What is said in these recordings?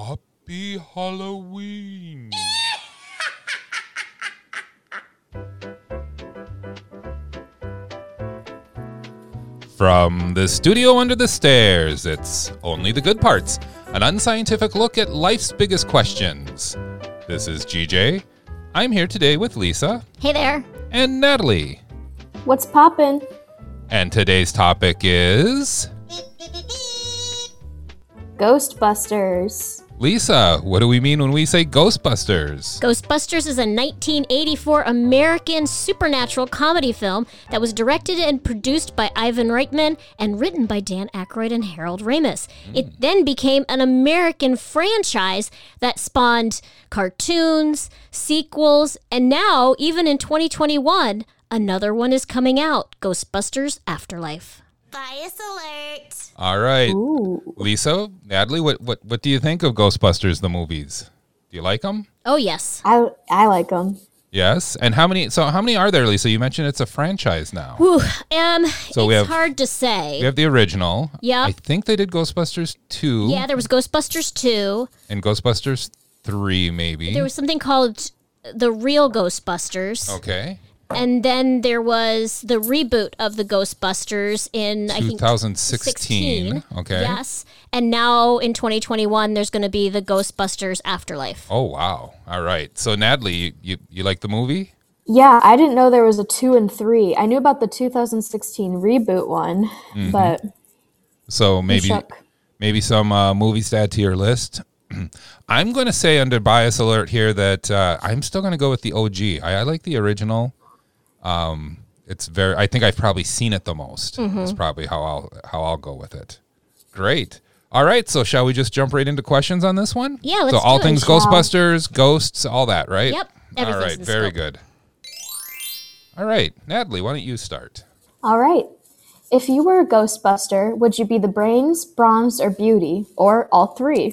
Happy Halloween. From the studio under the stairs, it's Only the Good Parts, an unscientific look at life's biggest questions. This is GJ. I'm here today with Lisa Hey there. and Natalie. What's poppin'? And today's topic is Ghostbusters. Lisa, what do we mean when we say Ghostbusters? Ghostbusters is a 1984 American supernatural comedy film that was directed and produced by Ivan Reitman and written by Dan Aykroyd and Harold Ramis. Hmm. It then became an American franchise that spawned cartoons, sequels, and now, even in 2021, another one is coming out Ghostbusters Afterlife. Bias alert! All right. Ooh. Lisa, Natalie, what, what, what do you think of Ghostbusters, the movies? Do you like them? Oh, yes. I I like them. Yes. And how many? So, how many are there, Lisa? You mentioned it's a franchise now. Whew. Um, So it's we have- hard to say. We have the original. Yep. I think they did Ghostbusters 2 Yeah, there was Ghostbusters 2. and Ghostbusters 3, maybe. There was something called The Real Ghostbusters. okay. And then there was the reboot of the Ghostbusters in, I think, 2016. 16. Okay. Yes. And now in 2021, there's going to be the Ghostbusters Afterlife. Oh, wow. All right. So, Natalie, you, you, you like the movie? Yeah, I didn't know there was a two and three. I knew about the 2016 reboot one, but So, Mm-hmm. maybe. shook. maybe some uh, movies to add to your list. I'm going to say under bias alert here that uh, I'm still going to go with the OG. I, I like the original. Um, it's very. I think I've probably seen it the most. Mm-hmm. That's probably how I'll how I'll go with it. Great. All right. So shall we just jump right into questions on this one? Yeah, let's so all do it. things Yeah. Ghostbusters, ghosts, all that, right? Yep, All everything's right. in the Very scope. good. All right, Natalie, why don't you start? all right. If you were a Ghostbuster, would you be the brains, bronze, or beauty, or all three?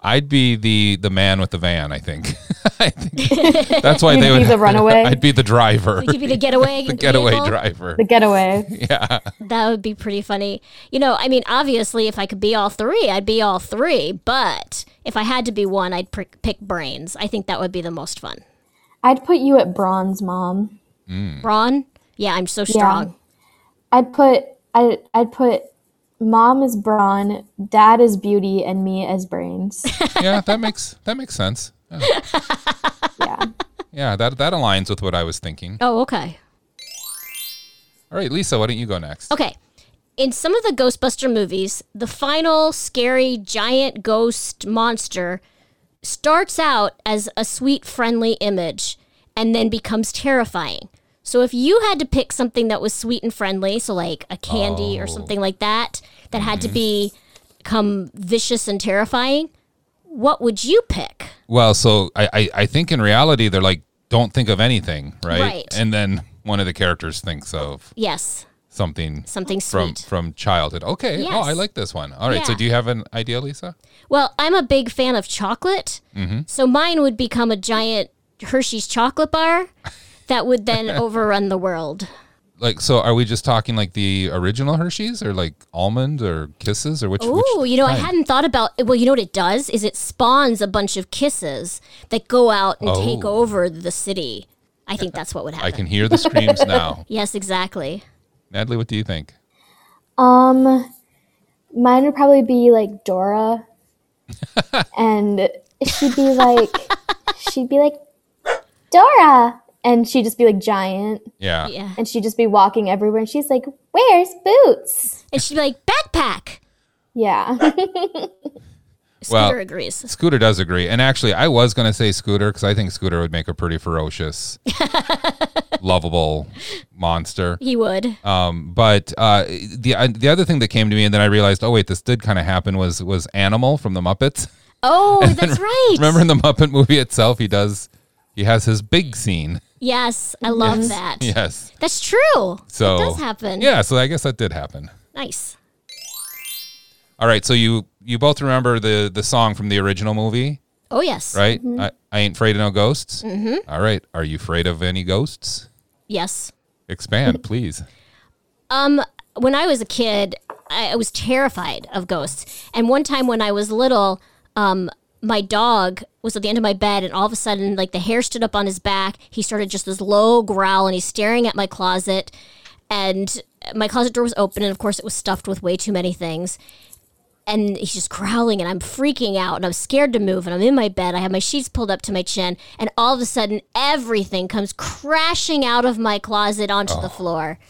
I'd be the the man with the van. I think. I think that's why they You'd would be the runaway? I'd be the driver. Give you the getaway. the getaway vehicle. driver. the getaway. That would be pretty funny. You know, I mean, obviously, if I could be all three, I'd be all three. But if I had to be one, I'd pr- pick brains. I think that would be the most fun. I'd put you at bronze, mom. Hmm. Brawn? Yeah, I'm so strong. I'd put I I'd put mom is brawn, dad is beauty, and me as brains. yeah, that makes that makes sense. Yeah. Yeah. Yeah, that that aligns with what I was thinking. Oh, okay. All right, Lisa, why don't you go next? Okay. In some of the Ghostbuster movies, the final scary giant ghost monster starts out as a sweet, friendly image and then becomes terrifying. So if you had to pick something that was sweet and friendly, so like a candy or something like that, that had to be become vicious and terrifying, what would you pick? Well, so I, I I think in reality they're like don't think of anything, right? Right. And then one of the characters thinks of Yes, something something from sweet. from childhood. Okay. Oh, I Yes. like this one. All right. So Yeah. do you have an idea, Lisa? Well, I'm a big fan of chocolate. Mm-hmm. So mine would become a giant Hershey's chocolate bar that would then overrun the world. Like, so are we just talking like the original Hershey's or like almond or kisses or which? which Ooh, you know, I kind? hadn't thought about well, you know what it does is it spawns a bunch of kisses that go out and take Oh. over the city. I think that's what would I happen. can hear the screams now. Yes, exactly. Natalie, what do you think? Um, mine would probably be like Dora, and she'd be like, she'd be like, Dora, and she'd just be like giant, Yeah. Yeah. and she'd just be walking everywhere, and she's like, where's Boots? And she'd be like, backpack. Yeah, Well- Scooter agrees. Scooter does agree. And actually, I was going to say Scooter because I think Scooter would make a pretty ferocious, lovable monster. He would. Um, but uh, the uh, the other thing that came to me, and then I realized, oh wait, this did kind of happen. Was was Animal from the Muppets? oh, that's right. Remember in the Muppet movie itself, he does he has his big scene. Yes, I love that. Yes. That's true. So it does happen. Yeah. So I guess that did happen. Nice. All right. So you you both remember the the song from the original movie, Oh yes. right? I, I ain't afraid of no ghosts. Mm-hmm. right. Are you afraid of any ghosts? Yes. Expand, please. Um, when I was a kid, I, I was terrified of ghosts. And one time when I was little, um, my dog was at the end of my bed, and all of a sudden, like the hair stood up on his back. He started just this low growl, and he's staring at my closet. And my closet door was open, and of course, it was stuffed with way too many things. And he's just growling, and I'm freaking out, and I'm scared to move, and I'm in my bed. I have my sheets pulled up to my chin, and all of a sudden, everything comes crashing out of my closet onto Oh. the floor.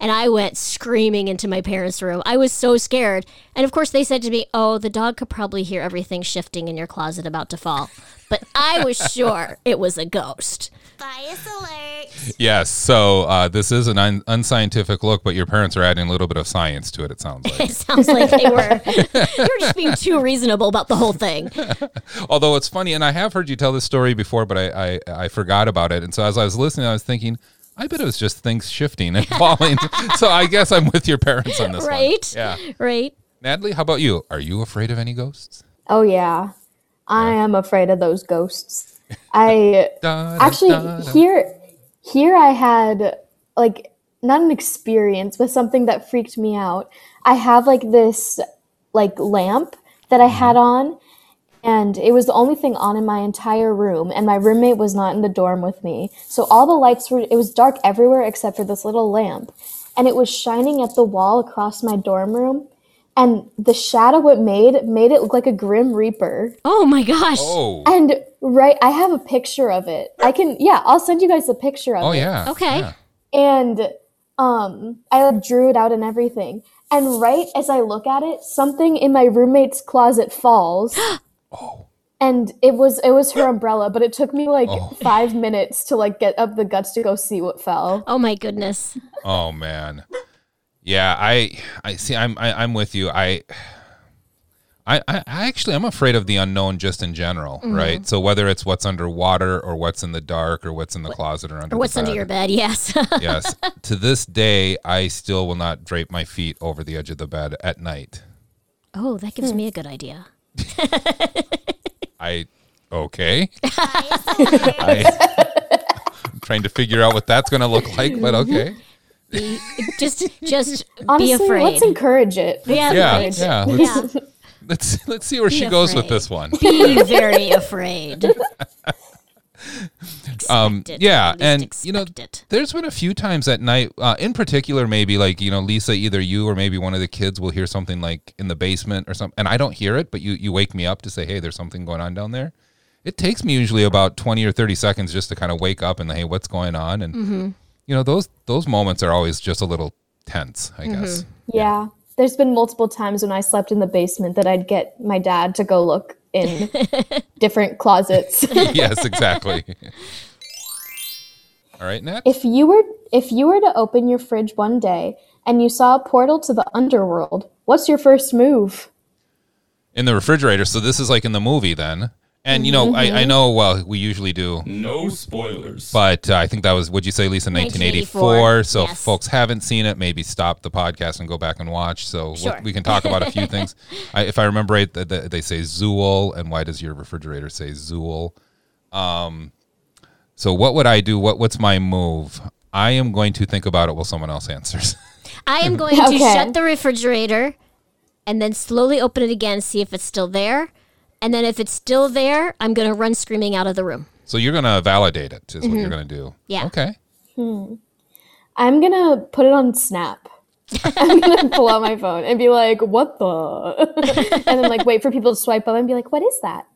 And I went screaming into my parents' room. I was so scared. And of course, they said to me, Oh, the dog could probably hear everything shifting in your closet about to fall. But I was sure it was a ghost. Bias alert. Yes. So uh, this is an un- unscientific look, but your parents are adding a little bit of science to it. It sounds like. It sounds like they were. you were just being too reasonable about the whole thing. Although it's funny, and I have heard you tell this story before, but I, I I forgot about it. And so as I was listening, I was thinking, I bet it was just things shifting and falling. so I guess I'm with your parents on this Right? one. Yeah. Right? Natalie, how about you? Are you afraid of any ghosts? Oh yeah, I am afraid of those ghosts. I Da, da, actually da, da. here here I had like not an experience with something that freaked me out. I have like this like lamp that I had on and it was the only thing on in my entire room and my roommate was not in the dorm with me. So all the lights were it was dark everywhere except for this little lamp and it was shining at the wall across my dorm room and the shadow it made made it look like a grim reaper. Oh my gosh. Oh. And right, I have a picture of it. I can, yeah, I'll send you guys a picture of Oh it. yeah. Okay. Yeah. And um, I like drew it out and everything. And right as I look at it, something in my roommate's closet falls. oh. And it was it was her umbrella, but it took me like Oh. five minutes to like get up the guts to go see what fell. Oh my goodness. Oh man, yeah. I I see. I'm I, I'm with you. I. I, I I actually I'm afraid of the unknown just in general, Mm-hmm. right? So whether it's what's underwater or what's in the dark or what's in the closet or under Or what's the under your bed? Yes. yes. To this day, I still will not drape my feet over the edge of the bed at night. oh, that gives me a good idea. I okay. I, I'm trying to figure out what that's going to look like, but Mm-hmm. okay. Be, just just Honestly, be afraid. let's encourage it. yeah, Yeah, right. yeah. Let's, yeah. let's let's see where she goes with afraid. this one. be very afraid. Um, Expect it. yeah, At least and you know, expect it. there's been a few times at night, uh, in particular, maybe like you know, Lisa, either you or maybe one of the kids will hear something like in the basement or something, and I don't hear it, but you you wake me up to say, hey, there's something going on down there. It takes me usually about twenty or thirty seconds just to kind of wake up and hey, what's going on? And you know, those those moments are always just a little tense, I guess. Yeah. There's been multiple times when I slept in the basement that I'd get my dad to go look in different closets. yes, exactly. All right, Nat. if you were if you were to open your fridge one day and you saw a portal to the underworld, what's your first move? in the refrigerator. So this is like in the movie then. And you know, I, I know. Well, we usually do, No spoilers. but uh, I think that was would you say, Lisa, 1984. 1984, So if yes. folks haven't seen it, maybe stop the podcast and go back and watch. So we'll- Sure. we can talk about a few things. I, if I remember right, th- th- they say Zool, and why does your refrigerator say Zool? Um, so what would I do? What what's my move? I am going to think about it while someone else answers. I am going to Okay. shut the refrigerator and then slowly open it again, see if it's still there. And then if it's still there, I'm going to run screaming out of the room. so you're gonna validate it is what you're gonna do. Mm-hmm. Yeah. Okay. I'm gonna put it on snap. I'm gonna pull out my phone and be like, what the and then like wait for people to swipe up and be like, what is that?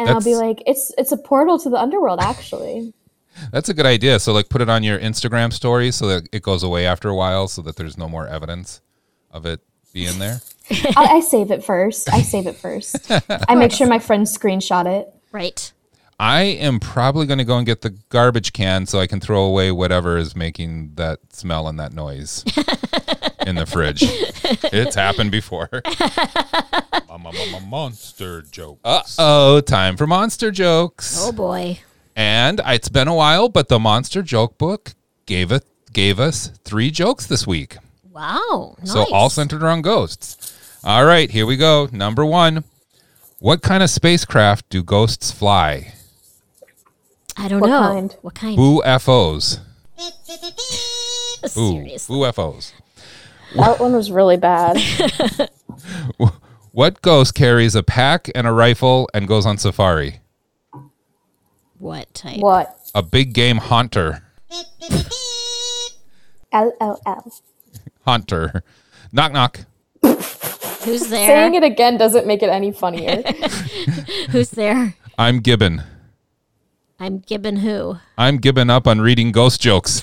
And I'll be That's- like, it's it's a portal to the underworld actually. That's a good idea. So like put it on your Instagram story so that it goes away after a while so that there's no more evidence of it being there. I, I save it first. I save it first. I make sure my friends screenshot it. Right. I am probably going to go and get the garbage can so I can throw away whatever is making that smell and that noise in the fridge. It's happened before. Monster joke. Oh, time for monster jokes. Oh boy. And it's been a while, but the monster joke book gave it gave us 3 jokes this week. Wow. Nice. So all centered around ghosts. All right, here we go. Number one. What kind of spacecraft do ghosts fly? I don't What know. kind? What kind? Boo FOs. Boo. Seriously. Boo FOs. That one was really bad. What ghost carries a pack and a rifle and goes on safari? What type? What? A big game haunter. L O L. Haunter. Knock knock. Who's there? Saying it again doesn't make it any funnier. Who's there? I'm Gibbon. I'm Gibbon who? I'm Gibbon up on reading ghost jokes.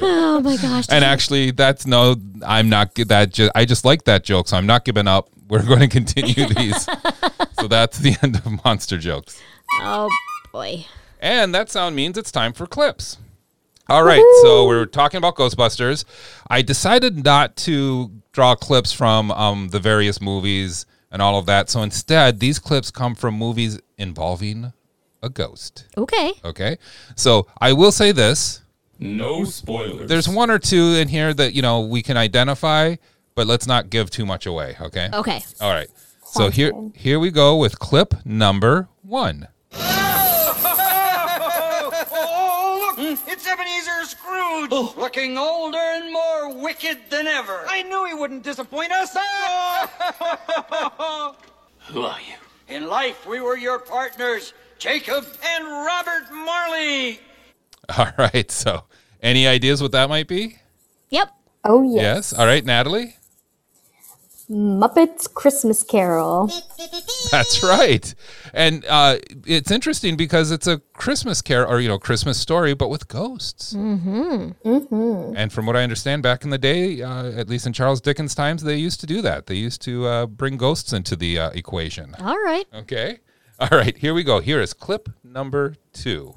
Oh my gosh. and actually, that's no, I'm not gi- that. Ju- I just like that joke, so I'm not giving up. We're going to continue these. so that's the end of monster jokes. oh boy. And that sound means it's time for clips. All right, so we're talking about Ghostbusters. I decided not to draw clips from um, the various movies and all of that. So instead, these clips come from movies involving a ghost. Okay. Okay, so I will say this No spoilers. there's one or two in here that, you know, we can identify, but let's not give too much away. Okay. Okay. All right. So here, here we go with clip number one. Oh, look! It's Ebenezer Scrooge! Looking older and more wicked than ever. Oh. I knew he wouldn't disappoint us. Who are you? In life, we were your partners, Jacob and Robert Marley. All right. So, any ideas what that might be? Yep. Oh Yes. yes. All right, Natalie. Muppets Christmas Carol. That's right. And uh, it's interesting because it's a Christmas care or you know Christmas story, but with ghosts. Mm-hmm. Mm-hmm. And from what I understand, back in the day, uh, at least in Charles Dickens' times, they used to do that. They used to uh, bring ghosts into the uh, equation. All right. Okay. All right. Here we go. Here is clip number two.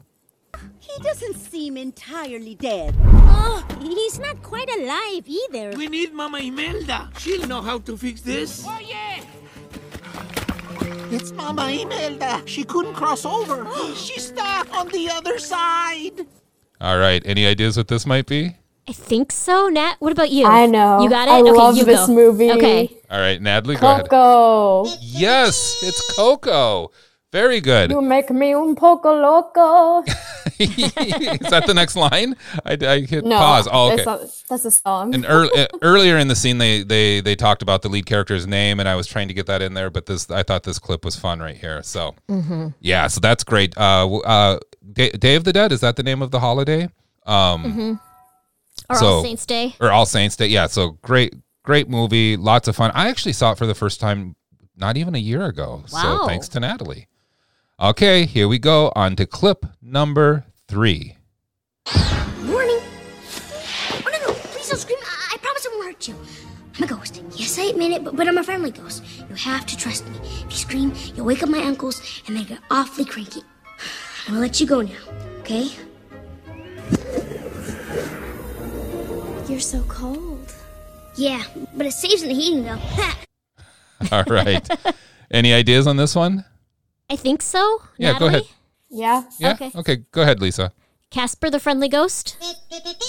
He doesn't seem entirely dead. Oh, he's not quite alive either. We need Mama Imelda. She'll know how to fix this. Oh, yeah! It's Mama Imelda. She couldn't cross over. She's stuck on the other side. All right. Any ideas what this might be? I think so, Nat. What about you? I know. You got it? I okay, love you this go. movie. Okay. All right, Natalie, go ahead. Coco. Yes, it's Coco. Very good. You make me un poco loco. is that the next line? I, I hit No. pause. Oh, okay. That's, not, that's a song. and ear- uh, earlier in the scene, they, they they talked about the lead character's name, and I was trying to get that in there, but this I thought this clip was fun right here. So Mm-hmm. yeah, so that's great. Uh, w- uh, Day, Day of the Dead is that the name of the holiday? Um, Or So- All Saints Day. or All Saints Day. Yeah, so great, great movie, lots of fun. I actually saw it for the first time not even a year ago. Wow. So thanks to Natalie. Okay, here we go on to clip number three. Warning. Oh, no, no. Please don't scream. I, I promise I won't hurt you. I'm a ghost. Yes, I admit it, but, but I'm a friendly ghost. You have to trust me. If you scream, you'll wake up my uncles, and they get awfully cranky. I'm gonna let you go now, okay? You're so cold. Yeah, but it saves in the heating, though. Ha! All right. Any ideas on this one? I think so. Yeah, Natalie? go ahead. yeah. Yeah. Okay. go ahead, Lisa. Casper the Friendly Ghost.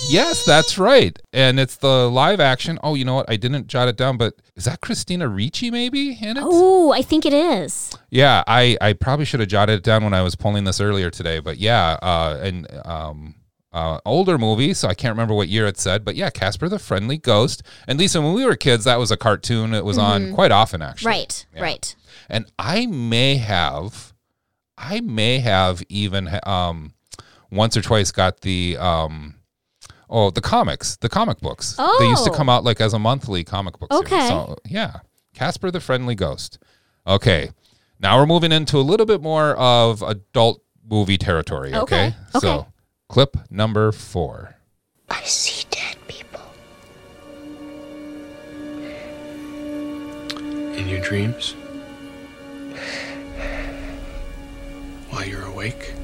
Yes, that's right. And it's the live action. Oh, you know what? I didn't jot it down, but is that Christina Ricci maybe in it? Oh, I think it is. Yeah, I, I probably should have jotted it down when I was pulling this earlier today, but yeah, uh, an um, uh, older movie, so I can't remember what year it said, but yeah, Casper the Friendly Ghost. And Lisa, when we were kids, that was a cartoon. It was on quite often, actually. Mm-hmm. Right. Yeah. Right. And I may have, I may have even um, once or twice got the um, oh the comics, the comic books. They used to Oh. come out like as a monthly comic book. series. Okay. So, yeah, Casper the Friendly Ghost. Okay, now we're moving into a little bit more of adult movie territory. Okay. Okay. So Okay. clip number four. I see dead people. In your dreams? While you're awake?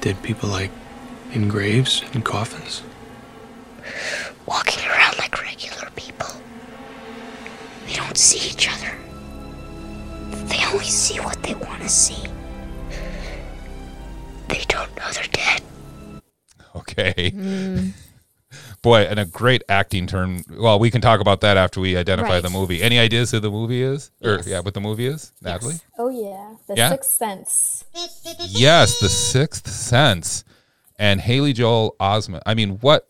Dead people like in graves and coffins? Walking around like regular people. They don't see each other. They only see what they want to see. They don't know they're dead. Mm. Okay. Boy, and a great acting turn. Well, we can talk about that after we identify Right. the movie. Any ideas who the movie is? Or Yes. yeah, what the movie is? Natalie? Oh yeah, The Yeah? Sixth Sense. Yes, The Sixth Sense. And Haley Joel Osment. I mean, what?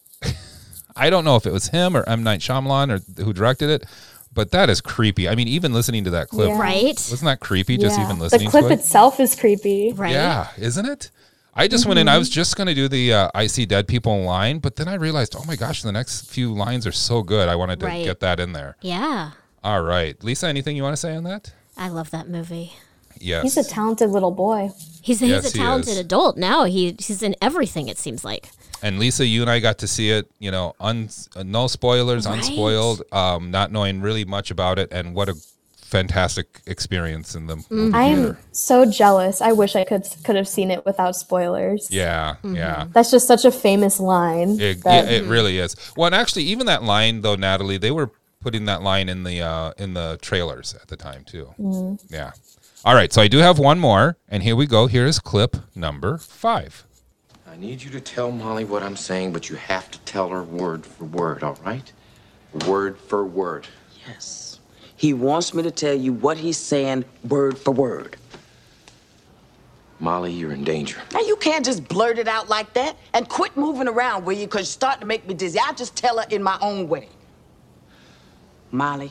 I don't know if it was him or M. Night Shyamalan or th- who directed it, but that is creepy. I mean, even listening to that clip, Yeah. Right? wasn't that creepy just Yeah. even listening The clip to it? itself is creepy. Right? Mm-hmm. Yeah, isn't it? I just went in. I was just going to do the uh, I see dead people in line, but then I realized, oh my gosh, the next few lines are so good. I wanted to Right. get that in there. Yeah. All right, Lisa, anything you want to say on that? I love that movie. Yes. He's a talented little boy. He's, he's Yes, he a talented is. adult now. He, he's in everything, it seems like. and Lisa, you and I got to see it. You know, un- uh, no spoilers, Right. unspoiled, um, not knowing really much about it, and what a fantastic experience in the movie I am theater. so jealous. I wish I could could have seen it without spoilers. Yeah, Mm-hmm. yeah. That's just such a famous line. It, that- yeah, it really is. Well, and actually, even that line though, Natalie, they were putting that line in the uh, in the trailers at the time too. Yeah. All right, so I do have one more, and here we go. Here is clip number five. I need you to tell Molly what I'm saying, but you have to tell her word for word, all right? Word for word. Yes. He wants me to tell you what he's saying word for word. Molly, you're in danger. Now, you can't just blurt it out like that and quit moving around, will you? Because you're starting to make me dizzy. I'll just tell her in my own way. Molly,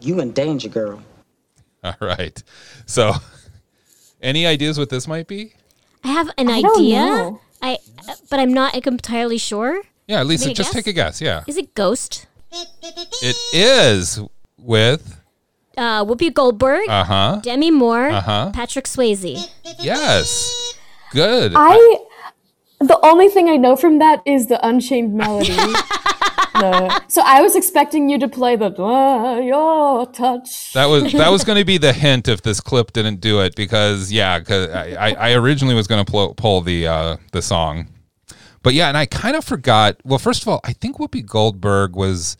you in danger, girl. All right. So, any ideas what this might be? I have an I don't idea, know. I but I'm not entirely sure. Yeah, Lisa, Make a just guess? take a guess. Yeah, Is it Ghost? it is with Uh, Whoopi Goldberg, uh huh Demi Moore, Uh-huh. Patrick Swayze. yes. Good. I the only thing I know from that is the Unchained Melody. The- so I was expecting you to play the "Ah, your touch. That was that was going to be the hint if this clip didn't do it because yeah, 'cause I, I, I originally was going to pull, pull the uh, the song, but yeah, and I kind of forgot. Well, first of all, I think Whoopi Goldberg was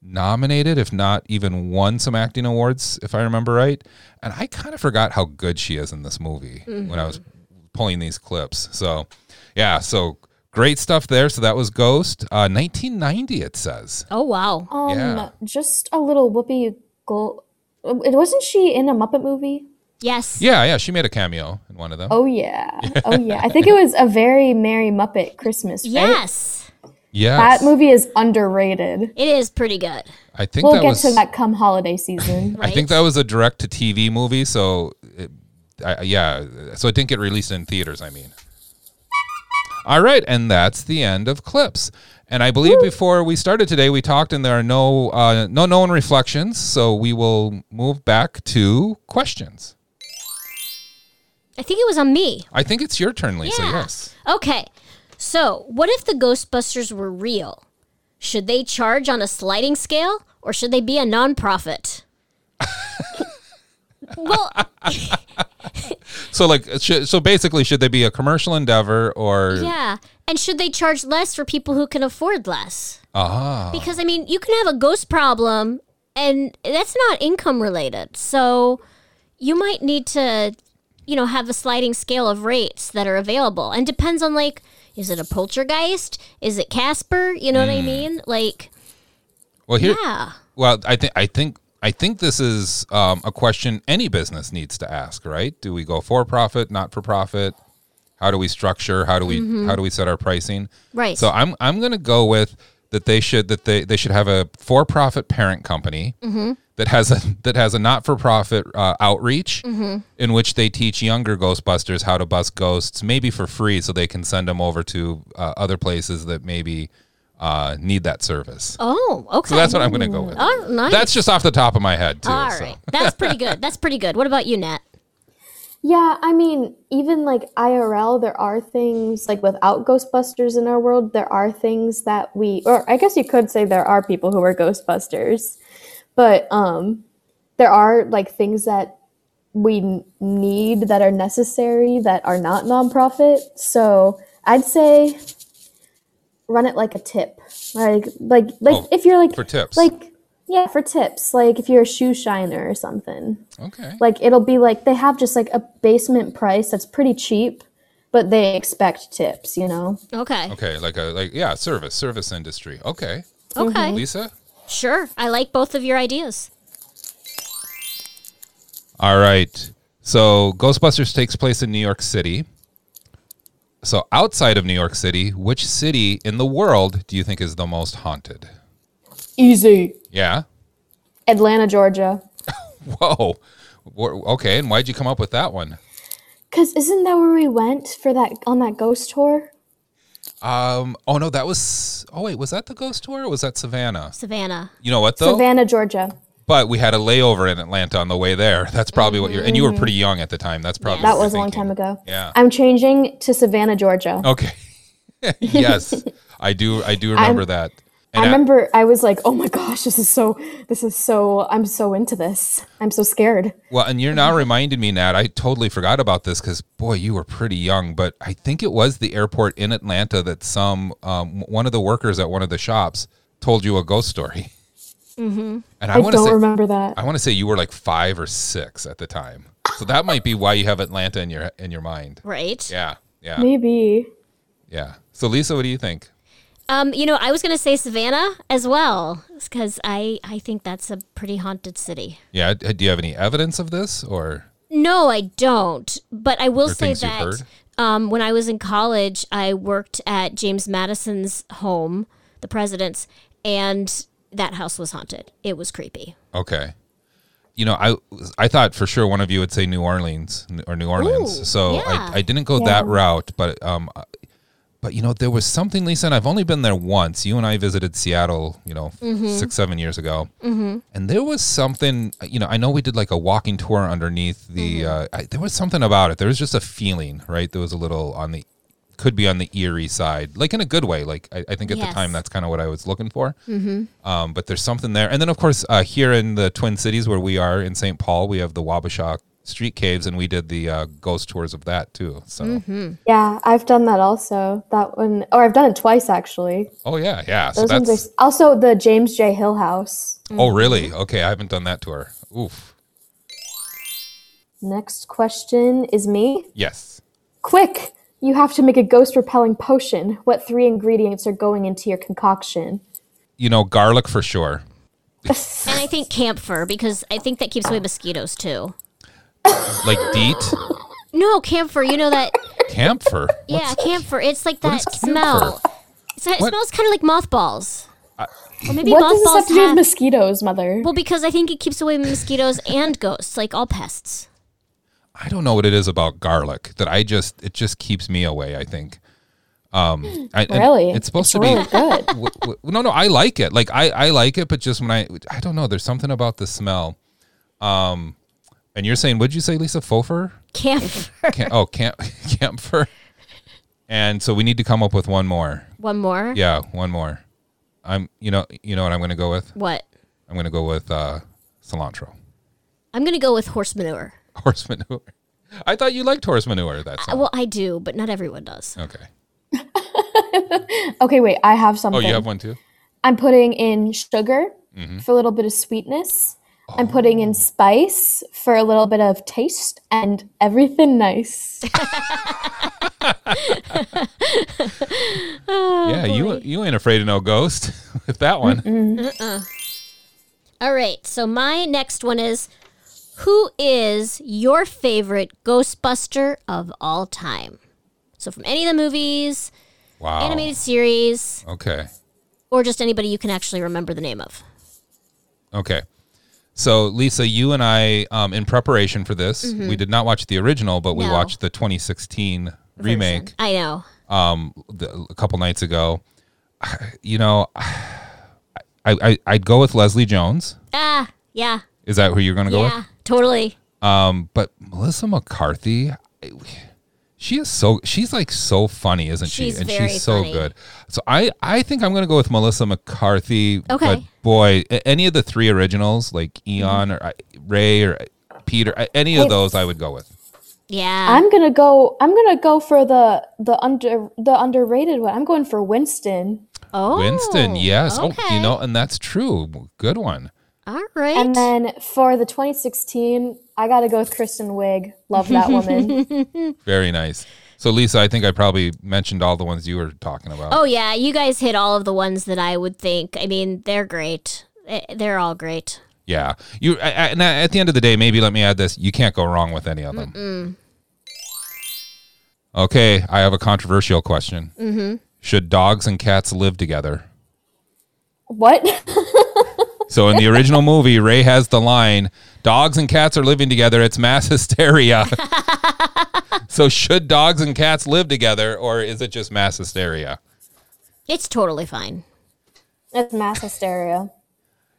nominated, if not even won some acting awards, if I remember right. And I kind of forgot how good she is in this movie when I was Mm-hmm. pulling these clips. So yeah, so great stuff there. So that was Ghost, uh, 1990. It says Oh wow. Um, yeah. just a little whoopee goal. It wasn't she in a Muppet movie? Yes. yeah, yeah. She made a cameo in one of them. Oh yeah, oh yeah. I think it was a very merry Muppet Christmas. Right? Yes. Yeah, that movie is underrated. It is pretty good. I think We'll that get was. to that come holiday season. I think right? that was a direct to TV movie. So, it, I, yeah, so it didn't get released in theaters. I mean, all right, and that's the end of clips. And I believe before we started today, we talked, and there are no uh, no known reflections. So we will move back to questions. I think it was on me. I think it's your turn, Lisa. Yeah. Yes. Okay. So, what if the Ghostbusters were real? Should they charge on a sliding scale or should they be a nonprofit? well, So like, should, so basically, should they be a commercial endeavor or? yeah. And should they charge less for people who can afford less? Ah, Because I mean, you can have a ghost problem, and that's not income related. So you might need to, you know, have a sliding scale of rates that are available, and depends on like, is it a poltergeist? Is it Casper? You know what I mean? Like, well Hmm. here. yeah, Well, I think I think I think this is um, a question any business needs to ask, right? Do we go for profit, not for profit? How do we structure? How do we how do we set our pricing? right. So I'm I'm going to go with that they should that they, they should have a for profit parent company that has a that has a not for profit uh, outreach in which they teach younger Ghostbusters how to bust ghosts, maybe for free, so they can send them over to uh, other places that maybe uh, need that service. oh, okay. So that's what I'm going to go with. Oh, nice. That's just off the top of my head, too. all so. right. that's pretty good. That's pretty good. What about you, Nat? Yeah, I mean, even like IRL, there are things like without Ghostbusters in our world, there are things that we, or I guess you could say there are people who are Ghostbusters, but um, there are like things that we n- need that are necessary that are not nonprofit. So I'd say run it like a tip, like like like Oh, if you're like for tips. like yeah, for tips, like if you're a shoe shiner or something Okay. like it'll be like they have just like a basement price that's pretty cheap but they expect tips, you know? Okay. Okay, like a like yeah, service, service industry. Okay. Okay. Lisa? Sure. I like both of your ideas. All right. So Ghostbusters takes place in New York City. So outside of New York City, which city in the world do you think is the most haunted? Easy. Yeah. Atlanta, Georgia. Whoa. Wh- Okay, and why'd you come up with that one? Cause isn't that where we went for that on that ghost tour? Um. Oh no, that was. Oh wait, was that the ghost tour? or Was that Savannah? Savannah. You know what though? Savannah, Georgia. But we had a layover in Atlanta on the way there. That's probably what you're. And you were Mhm. pretty young at the time. That's probably That what was a you're long time ago. Yeah. Oh, I'm changing to Savannah, Georgia. thinking. Okay. yes, I do. I do remember I'm- that. I remember I was like, "Oh my gosh, this is so this is so I'm so into this. I'm so scared." Well, and you're now reminding me, Nat. I totally forgot about this because boy, you were pretty young. But I think it was the airport in Atlanta that some um, one of the workers at one of the shops told you a ghost story. Mm-hmm. And I, I, want to don't say, remember that. I want to say you were like five or six at the time. So that might be why you have Atlanta in your in your mind. Right. Yeah. Yeah. Maybe. Yeah. So Lisa, what do you think? Um, you know, I was going to say Savannah as well because I, I think that's a pretty haunted city. Yeah. d- Do you have any evidence of this or No, I don't. But I will There are say things you've that heard? um, when I was in college, I worked at James Madison's home, the president's, and that house was haunted. It was creepy. okay? You know, I I thought for sure one of you would say New Orleans or New Orleans. Ooh, so yeah. I, I didn't go Yeah. that route, but um, but you know there was something, Lisa, and I've only been there once. You and I visited Seattle, you know, Mhm. six seven years ago. Mm-hmm. And there was something, you know, I know we did like a walking tour underneath the, uh, Mm-hmm. I, there was something about it. There was just a feeling, right? There was a little on the, could be on the eerie side, like in a good way. Like I, I think at the Yes. time that's kind of what I was looking for. Mm-hmm. Um, but there's something there. And then, of course, uh, here in the Twin Cities where we are in St. Paul, we have the Wabasha Street Caves and we did the uh, ghost tours of that too. So, Mm-hmm. Yeah, I've done that also. That one, or I've done it twice actually. oh, yeah, yeah. So Those ones are that's, s- mm-hmm. also the James J. Hill House. oh, really? Okay. I haven't done that tour. Oof. Next question is me. Yes. Quick, you have to make a ghost repelling potion. What three ingredients are going into your concoction? You know, garlic for sure. and I think camphor because I think that keeps away mosquitoes too. Like DEET, No, camphor. You know that? camphor. yeah, camphor. It's like what that is smell. It's, it What? smells kind of like mothballs. or maybe what does this mothballs have to do with have- mosquitoes, Mother? Well, because I think it keeps away mosquitoes and ghosts, like all pests. I don't know what it is about garlic that I just it just keeps me away. I think. Um, I, and Really? It's supposed to It's really be Oh, good. W- w- no, no, I like it. Like I, I like it, but just when I, I don't know. There's something about the smell. Um, and you're saying, what'd you say, Lisa? Fofur? Camphor. Cam- oh, camp, camphor. And so we need to come up with one more. One more. Yeah, one more. I'm, you know, you know what I'm going to go with. What? I'm going to go with uh, cilantro, I'm gonna go with horse manure. horse manure. I thought you liked horse manure. That's Uh, well, I do, but not everyone does. okay. okay, wait, I have something. Oh, you have one too. I'm putting in sugar Mhm. for a little bit of sweetness. I'm putting in spice for a little bit of taste and everything nice. Oh, yeah, you you ain't afraid of no ghost with that one. Uh-uh. All right. So my next one is, who is your favorite Ghostbuster of all time? So from any of the movies, Wow. animated series, Okay. or just anybody you can actually remember the name of. Okay. So Lisa, you and I, um, in preparation for this, Mhm. we did not watch the original, but we No. watched the 2016 remake I know. um, the, a couple nights ago. You know, I, I I'd go with Leslie Jones. Ah, yeah, Is that who you're going to go yeah, totally. with? Um, but Melissa McCarthy, I- she is so she's like so funny, isn't She's she? And very she's so funny. good. So I I think I'm gonna go with Melissa McCarthy. But Okay. boy, a- any of the three originals, like Eon or I, Ray or uh, Peter, uh, any of Wait. those, I would go with. Yeah. I'm gonna go. I'm gonna go for the the under the underrated one. I'm going for Winston. Oh, Winston, yes. Oh, you know, and that's true. Good one. all right. And then for the 2016, I gotta go with Kristen Wiig. Love that woman. Very nice. So Lisa, I think I probably mentioned all the ones you were talking about. Oh yeah, you guys hit all of the ones that I would think. I mean, they're great. Eh, They're all great. Yeah, you. I, I, and at the end of the day, maybe let me add this: you can't go wrong with any of them. Mm. Okay, I have a controversial question. Mhm. Should dogs and cats live together? What? So in the original movie, Ray has the line, "Dogs and cats are living together. It's mass hysteria." so should dogs and cats live together, or is it just mass hysteria? It's totally fine. That's mass hysteria.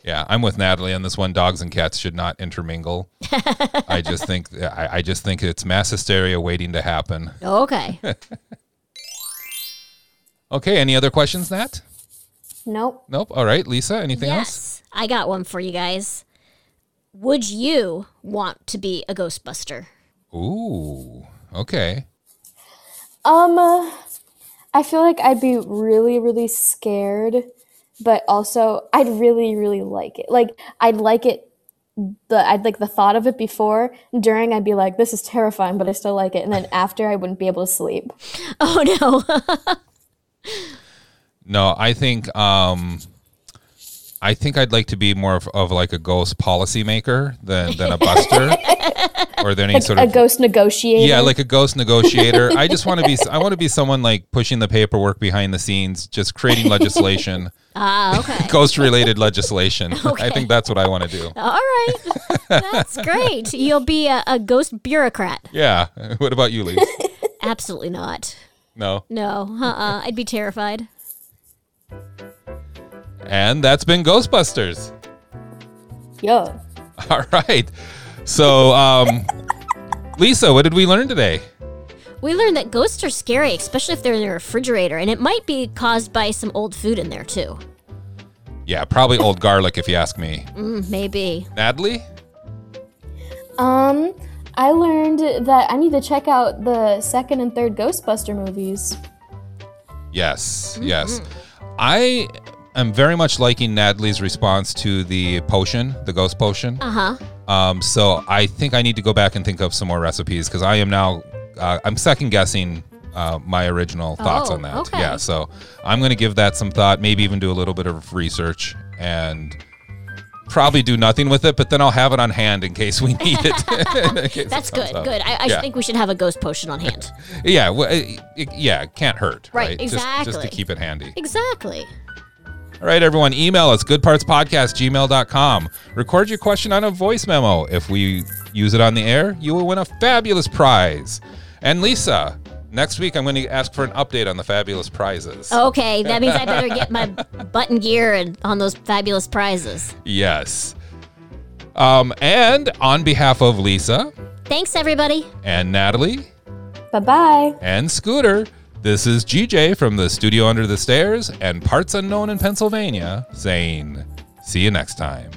Yeah, I'm with Natalie on this one. Dogs and cats should not intermingle. I just think I, I just think it's mass hysteria waiting to happen. Okay. Okay, any other questions, Nat? Nope. Nope. All right, Lisa, anything else? yes. I got one for you guys. Would you want to be a Ghostbuster? Ooh. Okay. Um, uh, I feel like I'd be really, really scared, but also I'd really, really like it. Like I'd like it. The I'd like the thought of it before. During, I'd be like, "This is terrifying," but I still like it. And then after, I wouldn't be able to sleep. Oh no! No, I think um I think I'd like to be more of, of like a ghost policymaker than than a buster or than any Like sort a of ghost negotiator. Yeah, like a ghost negotiator. I just want to be I want to be someone like pushing the paperwork behind the scenes, just creating legislation, Ah, okay. ghost related legislation. Okay. I think that's what I want to do. All right. That's great. You'll be a, a ghost bureaucrat. Yeah. What about you, Lee? Absolutely not. No. No. Uh-uh. I'd be terrified. And that's been Ghostbusters. Yo. All right. So, um, Lisa, what did we learn today? We learned that ghosts are scary, especially if they're in the refrigerator, and it might be caused by some old food in there too. Yeah, probably old garlic, if you ask me. Mm, maybe. Natalie? Um, I learned that I need to check out the second and third Ghostbuster movies. Yes, Mm-hmm. yes. I am very much liking Natalie's response to the potion, the ghost potion. Uh huh. Um, so I think I need to go back and think of some more recipes because I am now uh, I'm second guessing uh, my original thoughts Oh, on that. okay. Yeah, so I'm going to give that some thought. Maybe even do a little bit of research and probably do nothing with it. But then I'll have it on hand in case we need it. In case it That's comes good. up. Good. I, I yeah. think we should have a ghost potion on hand. yeah, well, it, it- yeah, it can't hurt. Right, Right, Just- Just, exactly. to keep it handy. exactly. All right, everyone, email us goodpartspodcast@gmail.com. Record your question on a voice memo. If we use it on the air, you will win a fabulous prize. And Lisa, next week I'm going to ask for an update on the fabulous prizes. Oh. Okay, that means I better get my button gear and on those fabulous prizes. Yes. Um, and on behalf of Lisa Thanks, everybody. and Natalie Bye bye. and Scooter, this is GJ from the studio under the stairs and parts unknown in Pennsylvania saying, see you next time.